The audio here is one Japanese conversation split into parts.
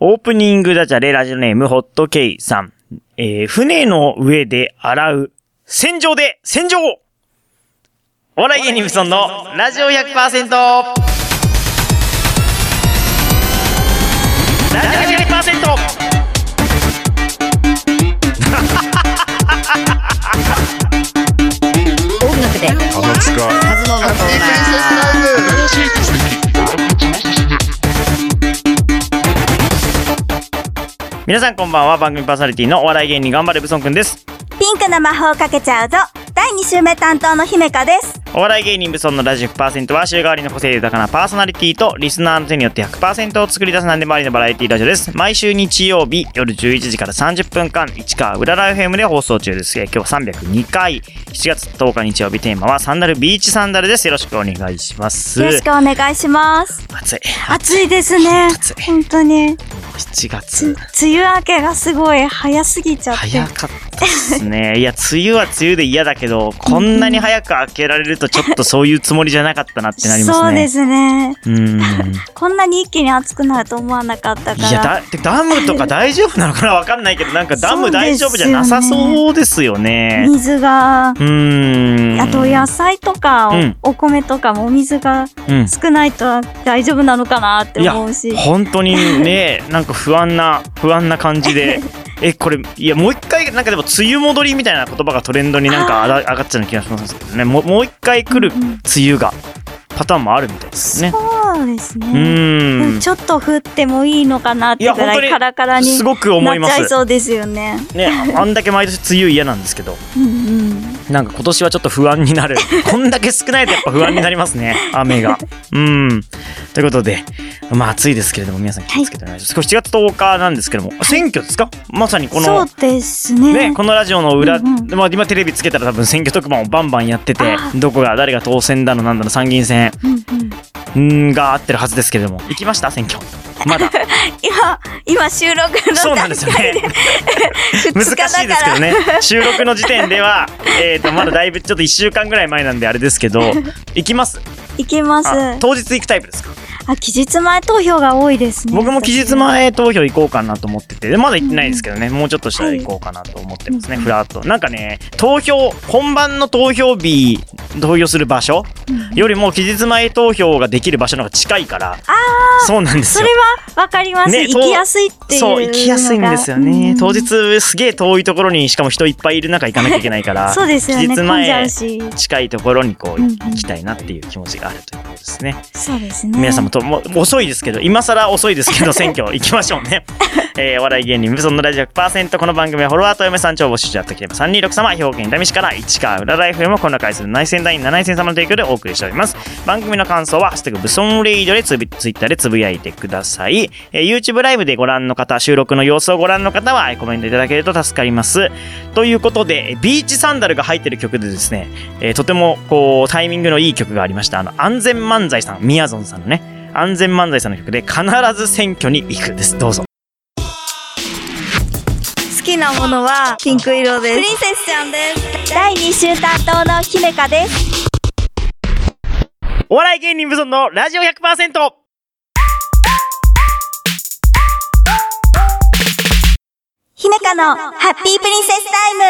オープニングダジャレラジオネームホットケイさん。えー、船の上で洗う。戦場で戦場お笑い芸人無尊のラジオ 100%! ラジオ 100%! 音楽で鼻つかカズノのコー皆さんこんばんは、番組パーソナリティのお笑い芸人頑張れブソンくんです。ピンクの魔法かけちゃうぞ第2週目担当の姫香ですお笑い芸人無尊のラジオ100%は週替わりの個性豊かなパーソナリティとリスナーの手によって100%を作り出す何でもありのバラエティラジオです。毎週日曜日夜11時から30分間、市川うらら FM で放送中です。えー今日は302回、7月10日日曜日テーマはサンダル、ビーチサンダルです。よろしくお願いします。よろしくお願いします暑い。暑いですね暑い本当に7月。梅雨明けがすごい早すぎちゃって早かったですね。いや、梅雨は梅雨で嫌だけど、こんなに早く開けられるとちょっとそういうつもりじゃなかったなってなりますね。そうですねうーん。こんなに一気に暑くなると思わなかったからいやだてダムとか大丈夫なのかなわかんないけどなんかダム大丈夫じゃなさそうですよね。水がうーん。あと野菜とか、うんお米とかもお水がうん少ないと大丈夫なのかなって思うしいや本当にねなんか不安な不安な感じでえこれいやもう一回なんかでも梅雨戻りみたいな言葉がトレンドになんかあら上がっちゃう気がしますけどねもうもう一回来るうんうん梅雨がパターンもあるみたいですね。そうですねうーでもんちょっと降ってもいいのかなってぐらいカラカラにすごく思ないっまちゃいす。そうですよね。 ね、あんだけ毎年梅雨嫌なんですけどうんうん。なんか今年はちょっと不安にな る。こんだけ少ないとやっぱ不安になりますね。雨が。うん。ということで、まあ暑いですけれども、皆さん気をつけてお願いします。7月10日なんですけども、選挙ですかまさにこそのう、ですね。ね、このラジオの裏、うんうまあ今テレビつけたら多分選挙特番をバンバンやっててあ、どこが、誰が当選だのなんだの参議院選うんうんうんがあってるはずですけれども、行きました選挙。ま だ。今今収録そうのなん段ですよ階ねで。難しいです2日だからけど ね収録の時点では、 えー、とまだだいぶちょっと1週間ぐらい前なんであれですけど行きます行きます。ああ当日行くタイプですか期日前投票が多いですね。僕も期日私。前投票行こうかなと思っててでまだ行ってないですけどね、もうちょっとしたら行こうかなと思ってますね、はいふらっとなんかね投票本番の投票日投票する場所うんよりも期日前投票ができる場所の方が近いからそうなんですそよれはわかります、ね行きやすいっていうのが。そう行きやすいんですよね、うん当。日すげえ遠いところにしかも人いっぱいいる中行かなきゃいけないから そうですよね。期日混んじゃ前うし。近いところにこううんうん行きたいなっていう気持ちがあるということですね、そうですね。皆さんもともう遅いですけど今更遅いですけ ど選挙行きましょうね、えー、お笑い芸人無尊のラジオ100%この番組はフォロワーと嫁さん超募集中あったければ326様兵庫県伊丹市から市川裏ライフへもこの回数の内戦団員7 0 0様の提供でお送りしております番組の感想は「ハッシュタグブソンレイド」でツイツイッターでつぶやいてください、えー、YouTube ライブでご覧の方収録の様子をご覧の方はえーコメントいただけると助かりますということでえービーチサンダルが入ってる曲でですね、えーとてもこうタイミングのいい曲がありましたあの安全漫才さんみやぞんさんのね安全漫才さんの曲で必ず選挙に行くですどうぞ好きなものはピンク色です。プリンセスちゃんです。第二週担当の姫香です。お笑い芸人無尊のラジオ 100%! 姫香のハッピープリンセスタイム。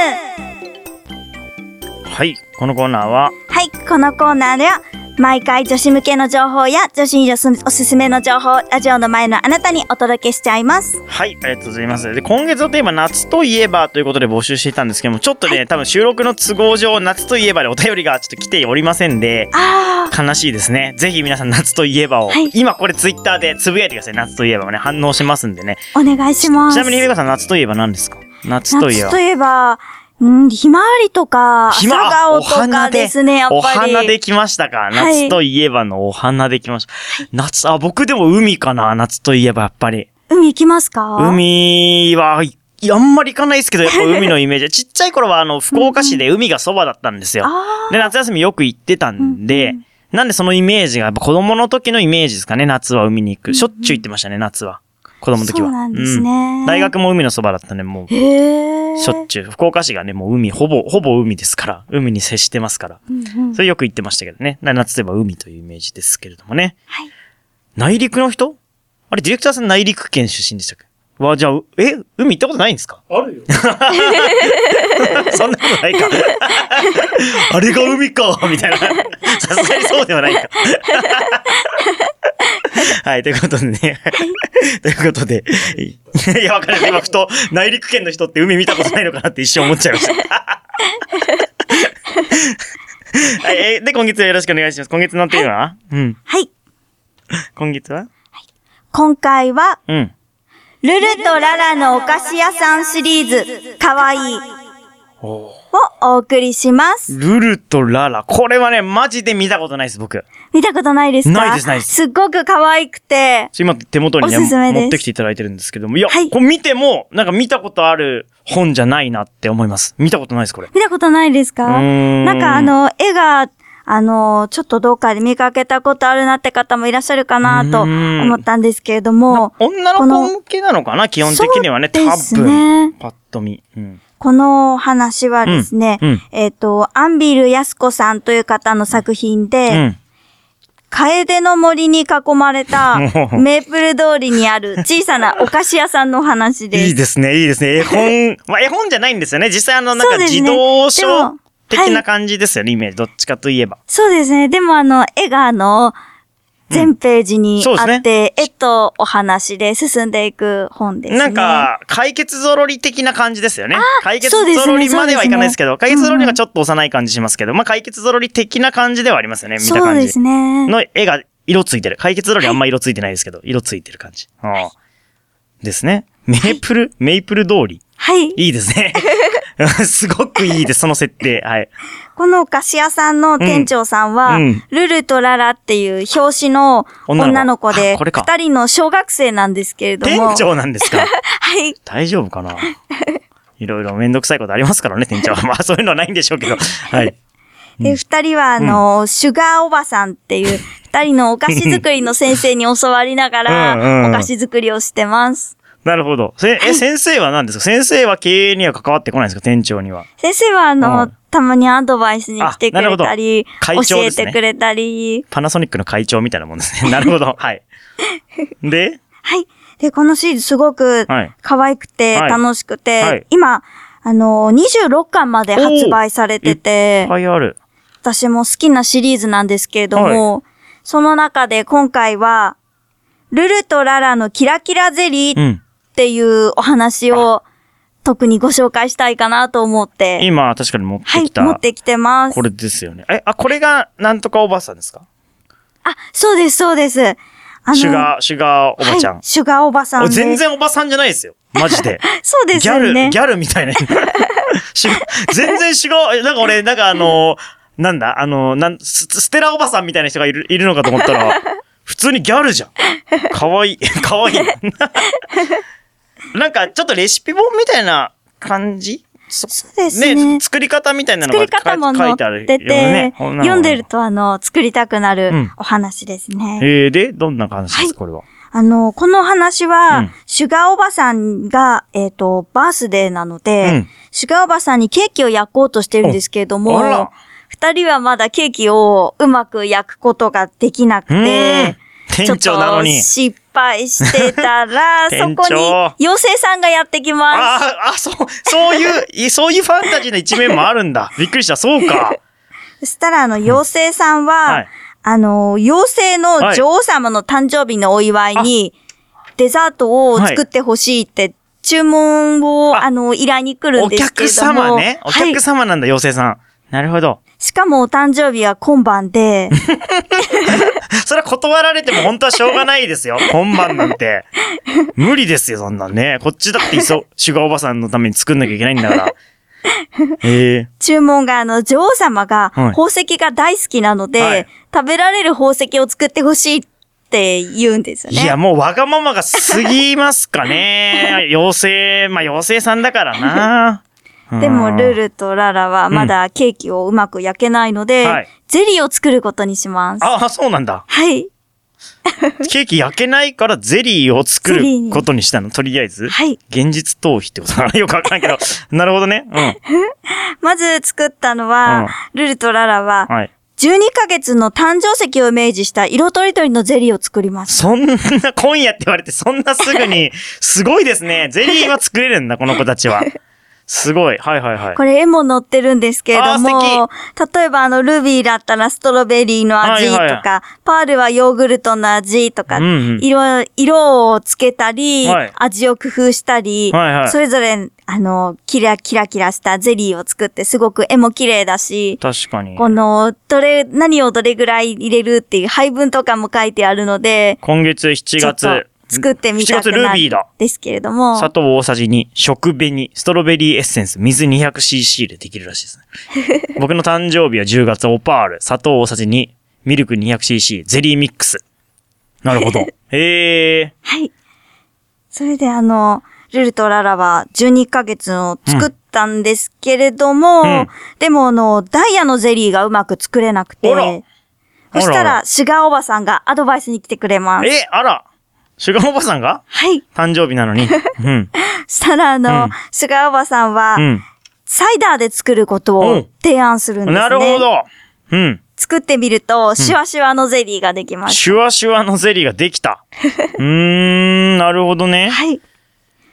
はいこのコーナーははい、このコーナーでは毎回女子向けの情報や女子におすおすすめの情報をラジオの前のあなたにお届けしちゃいます。はいありがとうございますで今月のテーマ夏といえばということで募集していたんですけどもちょっとね多分収録の都合上夏といえばでお便りがちょっと来ておりませんであ悲しいですねぜひ皆さん夏といえばを、はい今これツイッターでつぶやいてください夏といえばをね反応しますんでねあ、お願いします。ちなみに姫香さん夏といえば何ですか夏といえば夏といえば、うん、ひまわりとか、ひ朝ま顔おと花かでですね、やっぱり。お花できましたかい夏といえばのお花できました。夏、あ、僕でも海かな夏といえばやっぱり。海行きますか海は、いいやあんまり行かないですけど、や っぱ海のイメージ。ちっちゃい頃はあの、福岡市で海がそばだったんですよ。あで、夏休みよく行ってたんうでんうん、なんでそのイメージが、やっぱ子供の時のイメージですかね、夏は海に行く。しょっちゅう行ってましたね、夏は。子供の時は。そうなんですねうん大学も海のそばだったね、もう。ー。へえ。しょっちゅう。福岡市がね、もう海、ほぼ、ほぼ海ですから。海に接してますから。うんうんそれよく言ってましたけどね。な夏といえば海というイメージですけれどもね。はい内陸の人あれ、ディレクターさん内陸県出身でしたっけわ、じゃあ、うえ、海行ったことないんですかある よ。そんなことないか。 あれが海かみたいな。 さすがにそうではないか。 はい、ということでね。ということで。いや、わかる。今、ふと、内陸県の人って海見たことないのかなって一瞬思っちゃいました。はい、えーで、今月はよろしくお願いします。今月のテーマは、うん。はい。今月は今回は、うん。ルルとララのお菓子屋さんシリーズ、かわいい。をお送りします。ルルとララ。これはね、マジで見たことないです、僕。見たことないですかないですないですすっごく可愛くて、そう今手元にねおすすめです持ってきていただいてるんですけども。いや、はいこれ見ても、なんか見たことある本じゃないなって思います。見たことないです、これ。見たことないですかうーんなんかあの、絵が、あの、ちょっとどうかで見かけたことあるなって方もいらっしゃるかなとうーん思ったんですけれども、女のこ子の向けなのかな基本的にはね、そう多です分。ねパッと見。うん。このお話はですね、うんうんえっ、と、アンビル・ヤスコさんという方の作品で、うん。カエデの森に囲まれ たメープル通りにある小さなお菓子屋さんのお話です。いいですね、いいですね。絵本、まあ、絵本じゃないんですよね。実際あの、なんそうかですね児童で書もは的いな感じですよね、イメージ。どっちかといえば。そうですね。でもあの、絵があの、全ページにそうですあねって、絵とお話で進んでいく本ですね。なんか、解決ぞろり的な感じですよね。解決そうですねぞろりまではいかないですけど、そうで解すね決ぞろりがちょっと幼い感じしますけど、まあ、解決ぞろり的な感じではありますよね、見たそう感でじす。ね。の絵が色ついてる。解決ぞろりあんま色ついてないですけど、色ついてる感じ。うんですね。メープル、メイプル通り。はい。いいです ね。すごくいいです、その設定。はい。このお菓子屋さんの店長さんは、うんうんルルとララっていう表紙の女女のの子子であ、これか二人の小学生なんですけれども。店長なんですかはい。大丈夫か ないろいろめんどくさいことありますからね、店長は。まあ、そういうのはないんでしょうけど。はい。で、二人は、あの、シュガーおばさんっていう、二人のお菓子作りの先生に教わりながうんうんうら、んお菓子作りをしてます。なるほど。せえ、先生は何ですか先生は経営には関わってこないんですか店長には。先生は、あうのん、たまにアドバイスに来てくれたりあ、なるほど会長教えですねてくれたり。パナソニックの会長みたいなもんですね。 なるほど。はい。で、はい。で、このシリーズすごくはい可愛くて、はい楽しくて、はい今、あの、26巻まで発売されていてっ、ぱいある。私も好きなシリーズなんですけれども、その中で今回は、ルルとララのキラキラゼリーうん。っていうお話を特にご紹介したいかなと思って。今、確かに持ってはいき、た。持ってきてます。これですよね。え、あ、これが、なんとかおばあさんですかあ、そうです、そうです。あのシュガー、シュガーおばちゃん。はい、シュガーおばさんおです。全。然おばさんじゃないですよ。マジ で。そうですギャよル、ね。ギャルみたいな。 シュガー全然シュガーえなんか俺、なんかあのーなんだ、あのーなんス、ステラおばさんみたいな人がいる、いるのかと思ったら、普通にギャルじゃん。かわいい、 かわいい。なんか、ちょっとレシピ本みたいな感じそそうですね。作り方みたいなの作がり方も書載いてあるってて、よねほなほな読んでるとあの、作りたくなるうんお話ですね。えー、で、どんな話ですか、これは。あの、この話は、うんシュガーおばさんが、えっ、と、バースデーなので、うんシュガーおばさんにケーキを焼こうとしてるんですけれどおあらも、二人はまだケーキをうまく焼くことができなくうーんて、。店長なのに。ちょっと失敗してたら、そ店長こに妖精さんがやってきます。ああ、あ、そう、そういうい、そういうファンタジーな一面もあるんだ。 びっくりした、そうか。そしたら、あの、妖精さんは、はいあの、妖精の女王様の誕生日のお祝いに、デザートを作ってほしいって、注文を、ああの、依頼に来るんおですけ客れども。様ね。おはい客。様なんだ、妖精さん。なるほど。しかもお誕生日は今 晩で、それは断られても本当はしょうがないです よ。今晩なんて。無理ですよ、そんなんね。こっちだってい そ、シュガーおばさんのために作んなきゃいけないんだから。ええ注文があの、女王様がはい宝石が大好きなので、はい食べられる宝石を作ってほしいって言うんですよね。いや、もうわがままが過ぎますかね。妖精、まあ妖精さんだから な。うんでも、ルルとララはまだケーキをうまく焼けないので、はいゼリーを作ることにします。ああ、そうなんだ。はい。 ケーキ焼けないからゼリーを作ゼリーにることにしたの、とりあえず。はい。現実逃避ってことかな よくわからん けど。なるほどね。うまず作ったのは、ルルとララはん。、はい。 12ヶ月の誕生石をイメージした色とりどりのゼリーを作ります。そんな、今夜って言われて、そんなすぐ に、すごいですね。ゼリーは作れるんだ、この子たちは。すごい。はいはいはい。これ絵も載ってるんですけれどあも、例えばあのルビーだったらストロベリーの味とか、はいはいパールはヨーグルトの味とか、うんうん色、色をつけたり、はい味を工夫したり、はいはいそれぞれあの、キラキラキラしたゼリーを作ってすごく絵も綺麗だし、確かに。この、どれ、何をどれぐらい入れるっていう配分とかも書いてあるので、今月7ちょっと月。作ってみた7く月ルなビーだる。んですけれども、砂糖大さじ2、食紅、ストロベリーエッセンス、水 200cc でできるらしいです ね。僕の誕生日は10月、オパール、砂糖大さじ2、ミルク 200cc、ゼリーミックス。なるほど。 へえ。はい。それであの、ルルとララは12ヶ月の作ったんですけれども、うんでもあの、ダイヤのゼリーがうまく作れなくあらて、そしあたらあらら、シュガーおばさんがアドバイスに来てくれます。え、あら。シュガーおばさんがはい。誕生日なの に。うん。そしたらあの、うんシュガーおばさんは、うん。サイダーで作ることうをん提案するんですね。なるほど。うん。作ってみると、シュワシュワのゼリーができましシュワシュワのゼリーができ た。うーん、なるほどねた。。はい。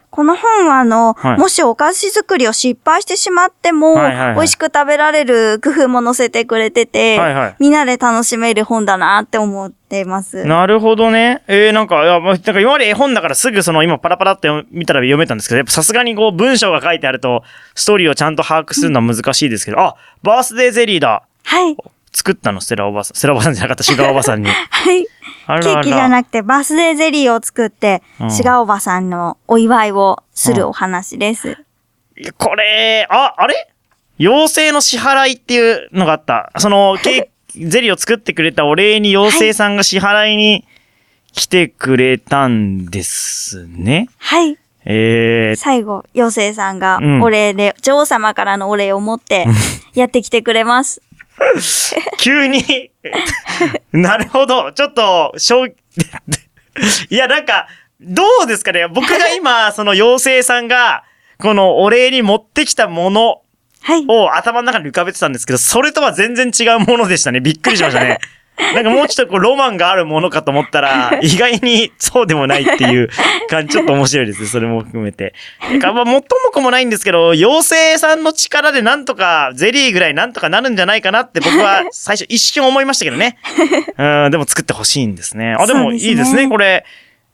この本は、あの、はいもしお菓子作りを失敗してしまっても、はいはいはい美味しく食べられる工夫も載せてくれてて、はいはいみんなで楽しめる本だなって思ってます。なるほどね。えー、なんか、いやまあなんか今まで絵本だからすぐその今パラパラって読見たら読めたんですけど、やっぱさすがにこう文章が書いてあると、ストーリーをちゃんと把握するのは難しいですけど、あ、バースデーゼリーだ。はい。作ったの、ステラおばさん。ステラおばさんじゃなかった、シュガーおばさ んに。はい。あらケーキじゃなくて、バースデーゼリーを作って、うんシガおばさんのお祝いをするお話です。これ、あ、あれ妖精の支払いっていうのがあった。その、ケーキ、ゼリーを作ってくれたお礼に妖精さんが支払いに来てくれたんですね。はい。えー、最後、妖精さんがうんお礼で、女王様からのお礼を持って、やってきてくれます。 急に、なるほど。ちょっと、し ょう、いや、なんか、どうですかね僕が今、その妖精さんが、このお礼に持ってきたものはい。を頭の中に浮かべてたんですけど、それとは全然違うものでしたね。びっくりしました ね。なんかもうちょっとこうロマンがあるものかと思ったら、意外にそうでもないっていう感じ、ちょっと面白いですね。それも含めて。なんかまあ、もっともこもないんですけど、妖精さんの力でなんとか、ゼリーぐらいなんとかなるんじゃないかなって僕は最初一瞬思いましたけど ね。うん、でも作ってほしいんですね。あ、でそもういですねいですね、これ。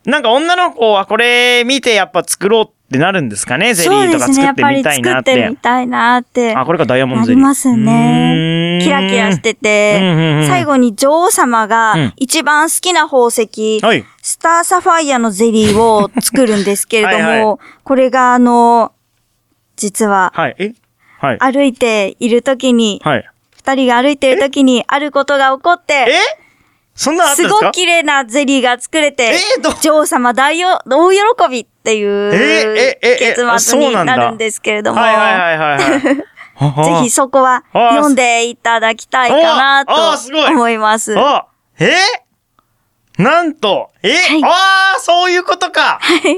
なんか女の子はこれ見てやっぱ作ろうってなるんですかね。ゼリーとか作ってみたいなそうですね。やっぱり作っ。っててみたいなって。あ、これがダイヤモンドなゼりリー。ますね。キラキラし。てうんうんうんて、最後に女王様うがん一番好きな宝石、はいスターサファイアのゼリーを作るんですけれども、はいはこれがあの、実は、はい。えはい。歩いている時に、はい。二人が歩いている時にあることが起こっえて、そんなのあったんすでごすくか綺麗なゼリーが作れてえーど、女王様大よ大喜びっていうえーえーえーえー結末そうになんだなるんですけれども、はいはいはいはいはい。は ぜはひそこはあー読んでいただきたいかなあーあーすごいと思います。はあえなんとえ、いああそういうことかい。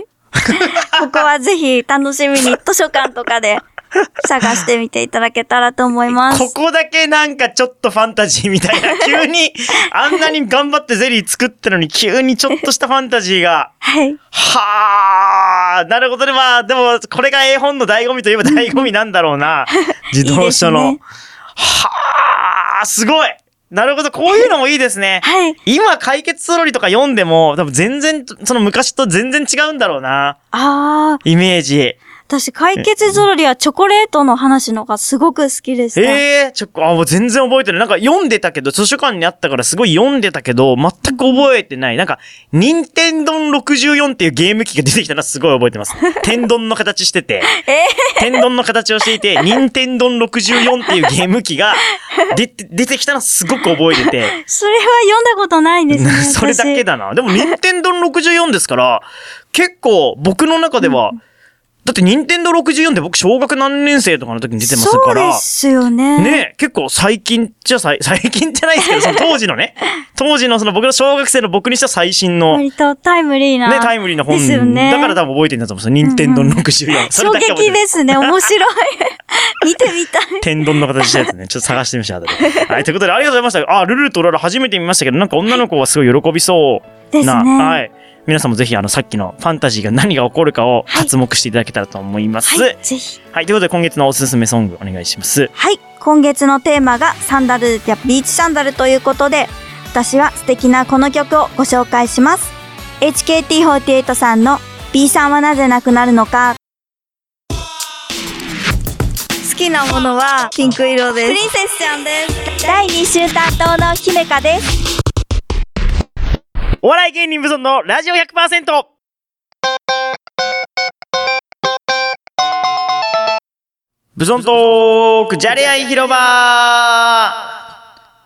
ここはぜひ楽しみに図書館とかで探してみていただけたらと思いまこす。こだけなんかちょっとファンタジーみたいな、急 に、あんなに頑張ってゼリー作ったのに急にちょっとしたファンタジーが。はい。はあ、なるほどね。まあ、でも、これが絵本の醍醐味といえば醍醐味なんだろう な。自動車の。いいですねはあ、すごいなるほど。こういうのもいいですね。はい。今、解決ソロリとか読んでも、多分全然、その昔と全然違うんだろうな。ああ、イメージ。私、解決ゾロリはチョコレートの話のがすごく好きでした。ええー、ちょっと、あ、もう全然覚えてない。なんか読んでたけど、図書館にあったからすごい読んでたけど、全く覚えてない。なんか、任天堂64っていうゲーム機が出てきたのはすごい覚え てます。天丼の形してて。天丼の形をしていて、任天堂64っていうゲーム機が出て、出てきたのはすごく覚えてて。 それは読んだことないんですね。それだけだ。だな。でも、任天堂64ですから、結構僕の中では、だって、任天堂64って僕、小学何年生とかの時に出てますそかうでら、すよね。ねえ、結構最近じゃ最、最近じゃないですけど、その当時の ね、当時のその僕の小学生の僕にした最新の、ね、割とタイムリーな。タイムリーな本、ですよね。だから多分覚えてるんだと思うんですよ。任天堂の64。そ衝れだけ覚えて撃るですね。面白い。 見てみたい。天丼の形したやつね。ちょっと探してみました、後で。はい、ということで、ありがとうございました。あ、ルルとララ初めて見ましたけど、なんか女の子はすごい喜びそうですな。ねはい。皆さんもぜひ、あの、さっきのファンタジーが何が起こるかを発目していただけたらと思います。ははいい、。ぜひ。ということで、今月のおすすめソングお願いします。はい。今月のテーマがサンダルやビーチサンダルということで、私は素敵なこの曲をご紹介します。HKT48 さんの B さんはなぜなくなるのか。好きなものはピンク色です。プリンセスちゃんです。第2週担当の姫香です。お笑い芸人無尊のラジオ 100%! ブソントークじゃれ合い広場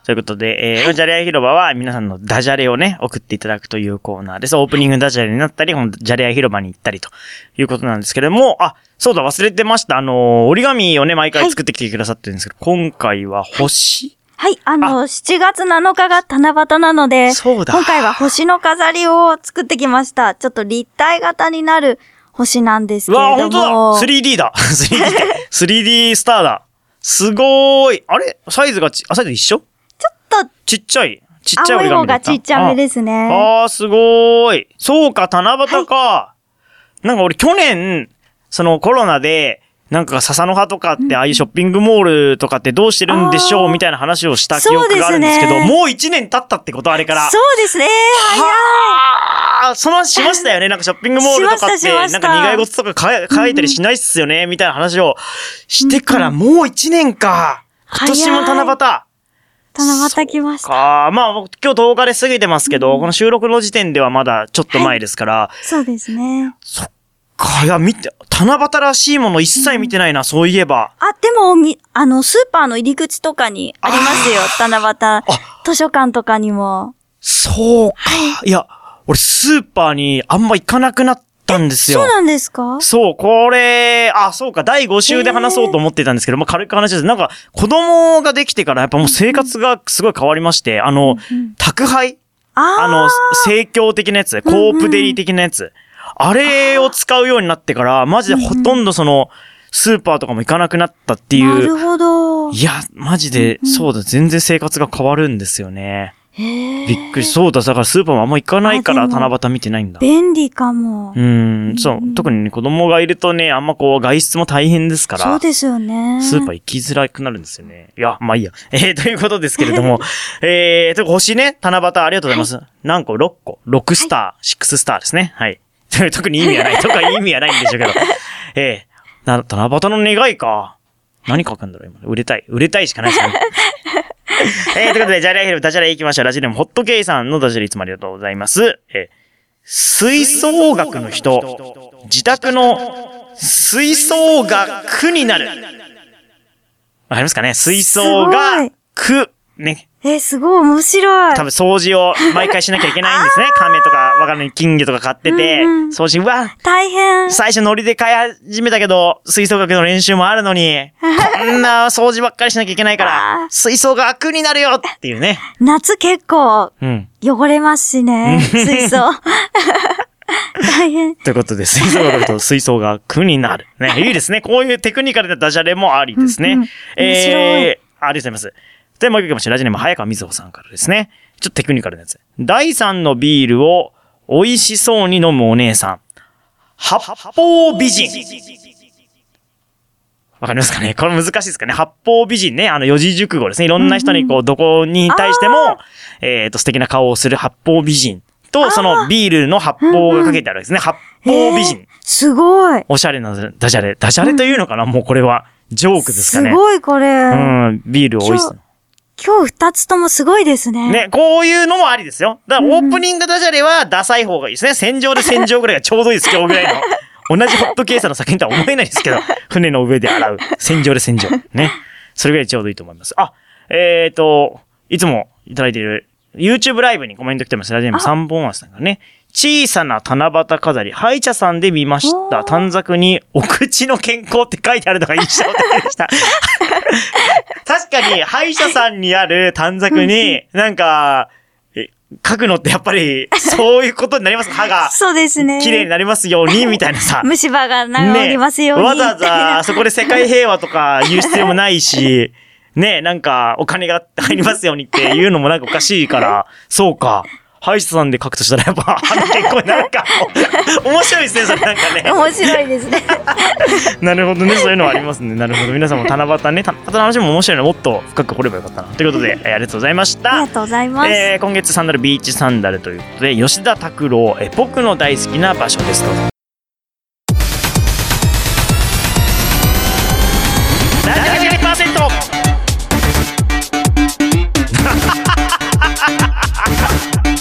ということで、えー、じゃれ合い広場は皆さんのダジャレをね、送っていただくというコーナーです。オープニングダジャレになったり、ほんとじゃれ合い広場に行ったりということなんですけれども、あ、そうだ、忘れてました。あのー折り紙をね、毎回作ってきてくださってるんですけど、今回は星はい、あの、7月7日が七夕なので、そうだ今回は星の飾りを作ってきました。ちょっと立体型になる星なんですうけれわども。ー、ほんとだ !3D だ !3D だ 3D スターだすごーいあれサイズがち、あ、サイズ一緒ちょっとちっちゃいちっちゃい青折りい方紙だがったちっちゃめですあね。あー、すごーいそうか、七夕か、なんか俺去年、そのコロナで、なんか笹の葉とかって、ああいうショッピングモールとかってどうしてるんでしょあうーみたいな話をした記憶があるんですけど、そうですねもう一年経ったってことあれから。そうですね。はあ、その話しましたよね。なんかショッピングモールとかっ、してましたしなまんかした苦い事とか書いたりしないっすよね、みたいな話をしてからもう一年か。今早い年も七七夕来まし夕た。か。まあ、僕今日10日で過ぎてますけど、この収録の時点ではまだちょっと前ですから、そうですね。そっか、いや、見て、七夕らしいもの一切見てないな、そういえば。あ、でも、み、あの、スーパーの入り口とかにありますよ。七夕。図書館とかにも。そうか。いや、俺スーパーにあんま行かなくなったんですよ。そうなんですかそう、これ、あ、そうか、第5週で話そうと思ってたんですけど、まあ、軽く話です。なんか、子供ができてから、やっぱもう生活がすごい変わりまして、あの、宅配ああの、盛況的なやつ、コープデリ的なやつ。あれを使うようになってから、マジでほとんどその、スーパーとかも行かなくなったってあ、ないるう。ほど。いや、マジで、そうだ、全然生活が変わるんですよね。へえびっくり。そうだ、だからスーパーもあんま行かないから、あでも七夕見てないんだ。便利かもう。ーん、そう。特にね、子供がいるとね、あんまこう、外出も大変ですかそうら、ですよね。スーパー行きづらくなるんですよね。いや、まあいいや。 えー、ということですけれど も、えー、ということで星ね、七夕ありがとうございます。何個 ?6 個。6スター、6スターですね。はい。 特に意味はない。とか意味はないんでしょうけ ど。えー、な、七夕の願いか。何書くんだろう今。売れたい。売れたいしかないですね。 えー、ということで、じゃれあひろ、ダジャレ行きましょう。ラジオネーム、ホットケイさんのダジャレいつもありがとうございます。えー、吹奏楽の人、自宅の吹奏楽になる。わかりますかね吹奏楽、ね。え、すごい面白い。多分掃除を毎回しなきゃいけないん ですね。亀とか、わかんない、金魚とか買ってて、うんうん掃除、うわ、大変。最初ノリで買い始めたけど、吹奏楽の練習もあるの に、こんな掃除ばっかりしなきゃいけないかあらー、吹奏楽になるよっていうね。夏結構うん。汚れますしね。水槽。大変。ということで、 吹奏楽と水槽が苦になる。 ね、いいですね。こういうテクニカルなダジャレもありですね。うんうん面えー、ありがとうございます。で、もう一回もしラジオネーム、早川瑞穂さんからですね。ちょっとテクニカルなやつ。第三のビールを美味しそうに飲むお姉さん。八方美人。わかりますかねこれ難しいですかね八方美人ね。あの、四字熟語ですね。いろんな人にこう、どこに対しても、えっと、素敵な顔をする八方美人と、そのビールの発泡がかけてあるわけですね。八方美えー人。すごい。おしゃれなダジャレ。ダジャレというのかなもうこれは、ジョークですかすね。ごいこれ。うん、ビールを美味しそう。今日二つともすごいですね。ね、こういうのもありですよ。だからオープニングダジャレはダサい方がいいですね。戦場で戦場ぐらいがちょうどいいです、今日ぐらいの。同じホットケースの作品とは思えないですけど、船の上で洗う。戦場で戦場。ね。それぐらいちょうどいいと思います。あ、えーと、いつもいただいている YouTube ライブにコメント来てます。ラジオネームあ3本足さんがね。小さな七夕飾り、歯医者さんで見ましおた。ー短冊に、お口の健康って書いてあるのが印象的でした。確かに、歯医者さんにある短冊に、なんか、え書くのってやっぱ り、そういうことになります。歯が、そうですね。綺麗になりますよう に、みたいなさ。虫歯が治ねりますように。わざわざ、あそこで世界平和とか言う必要もない し、ねえ、なんか、お金が入りますようにっていうのもなんかおかしい から、そうか。歯医者さんで書くとしたらやっぱ、あの結構なんか、お 面白いですね、それなんかね。面白いですね。なるほどね、そういうのはありますね。なるほど。皆さんも七夕ね、七夕の話も面白いのもっと深く掘ればよかったな。ということで、え ーありがとうございましあたりが。とうございます。えー今月サンダルビーチサンダルということで吉田拓郎、えー僕の大好きな場所ですと。ラジオ100%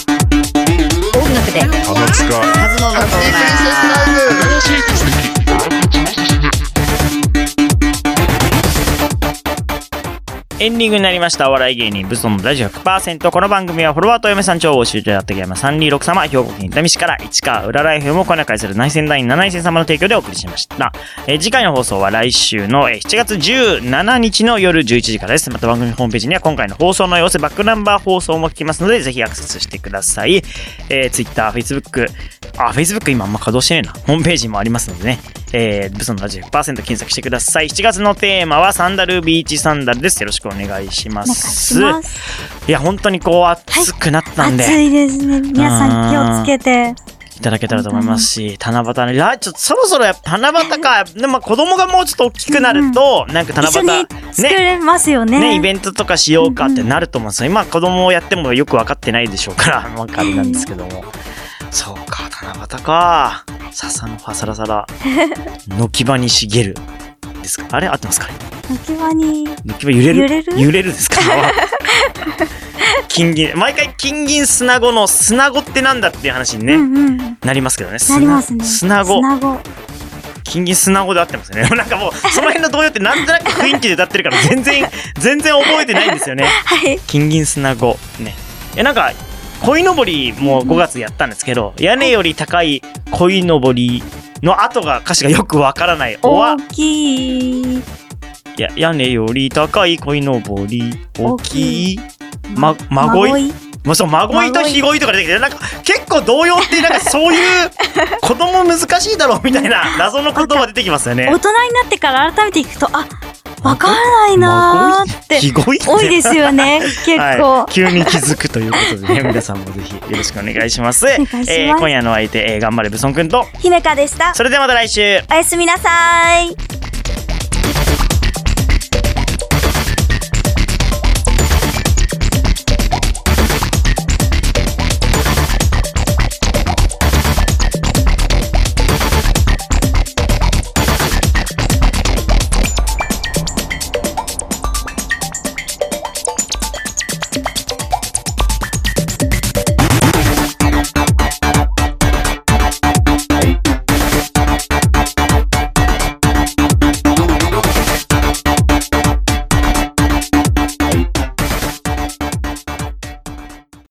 音楽で浜塚弾もうのコーナーエンディングになりましたお笑い芸人ブソンのラジオ100%この番組はフォロワーと嫁さん超募集中やってきます326様兵庫県伊丹市から市川裏ライフもこの会する内戦団員7戦様の提供でお送りしました、えー次回の放送は来週のえー7月17日の夜11時からですまた番組ホームページには今回の放送の様子バックナンバー放送も聞きますのでぜひアクセスしてください、えー、Twitter、Facebook あ Facebook 今あんま稼働してねえなホームページもありますのでねえー、ブソンのラジオ100%検索してください。7月のテーマはサンダルビーチサンダルです。よろしくお願いしまお願いす。します。いや、本当にこう暑くなったんで、暑い、いですね。皆さん気をつけて。ただけたらと思いますし、七夕ね、あちょっとそろそろやっぱ七夕か、でも子供がもうちょっと大きくなると、なんか一緒七に夕、作れますよね。ね、イベントとかしようかってなると思うんですよ。今、子供をやってもよく分かってないでしょうから、なんかあれなんですけども。そうか、七夕か。笹の葉サラサ ラ。軒場に茂る。ですかあれ合ってますかね時はに。軒場揺れる揺れるです か金銀、毎回金銀砂子の砂子ってなんだっていう話にね、うんうん。ななりますけどね。りますね。砂子。砂子。金銀砂子で合ってますよね。 なんかもう、その辺の動揺ってなんとなく雰囲気で歌ってる から、全然、全然覚えてないんです よね。はい。金銀砂子ねえなんか鯉のぼりも5月やったんですけど、屋根より高い鯉のぼりの後が歌詞がよくわからない「おわ大きい。や屋根より高い鯉のぼり大きい」ま孫いい。もうそう孫いと孫いひごいとか出てきてなんか結構童謡ってなんかそういう 子供難しいだろうみたいな謎の言葉出てきますよね大。人になってから改めて聞くと、あ、わからないなーって。ひごいって多いですよね。結構は。い、急に気づくということでね 皆さんもぜひよろしくお願いします願いしますえー今夜の相手、えー頑張れブソンくんと姫香でした。それではまた来週おやすみなさい。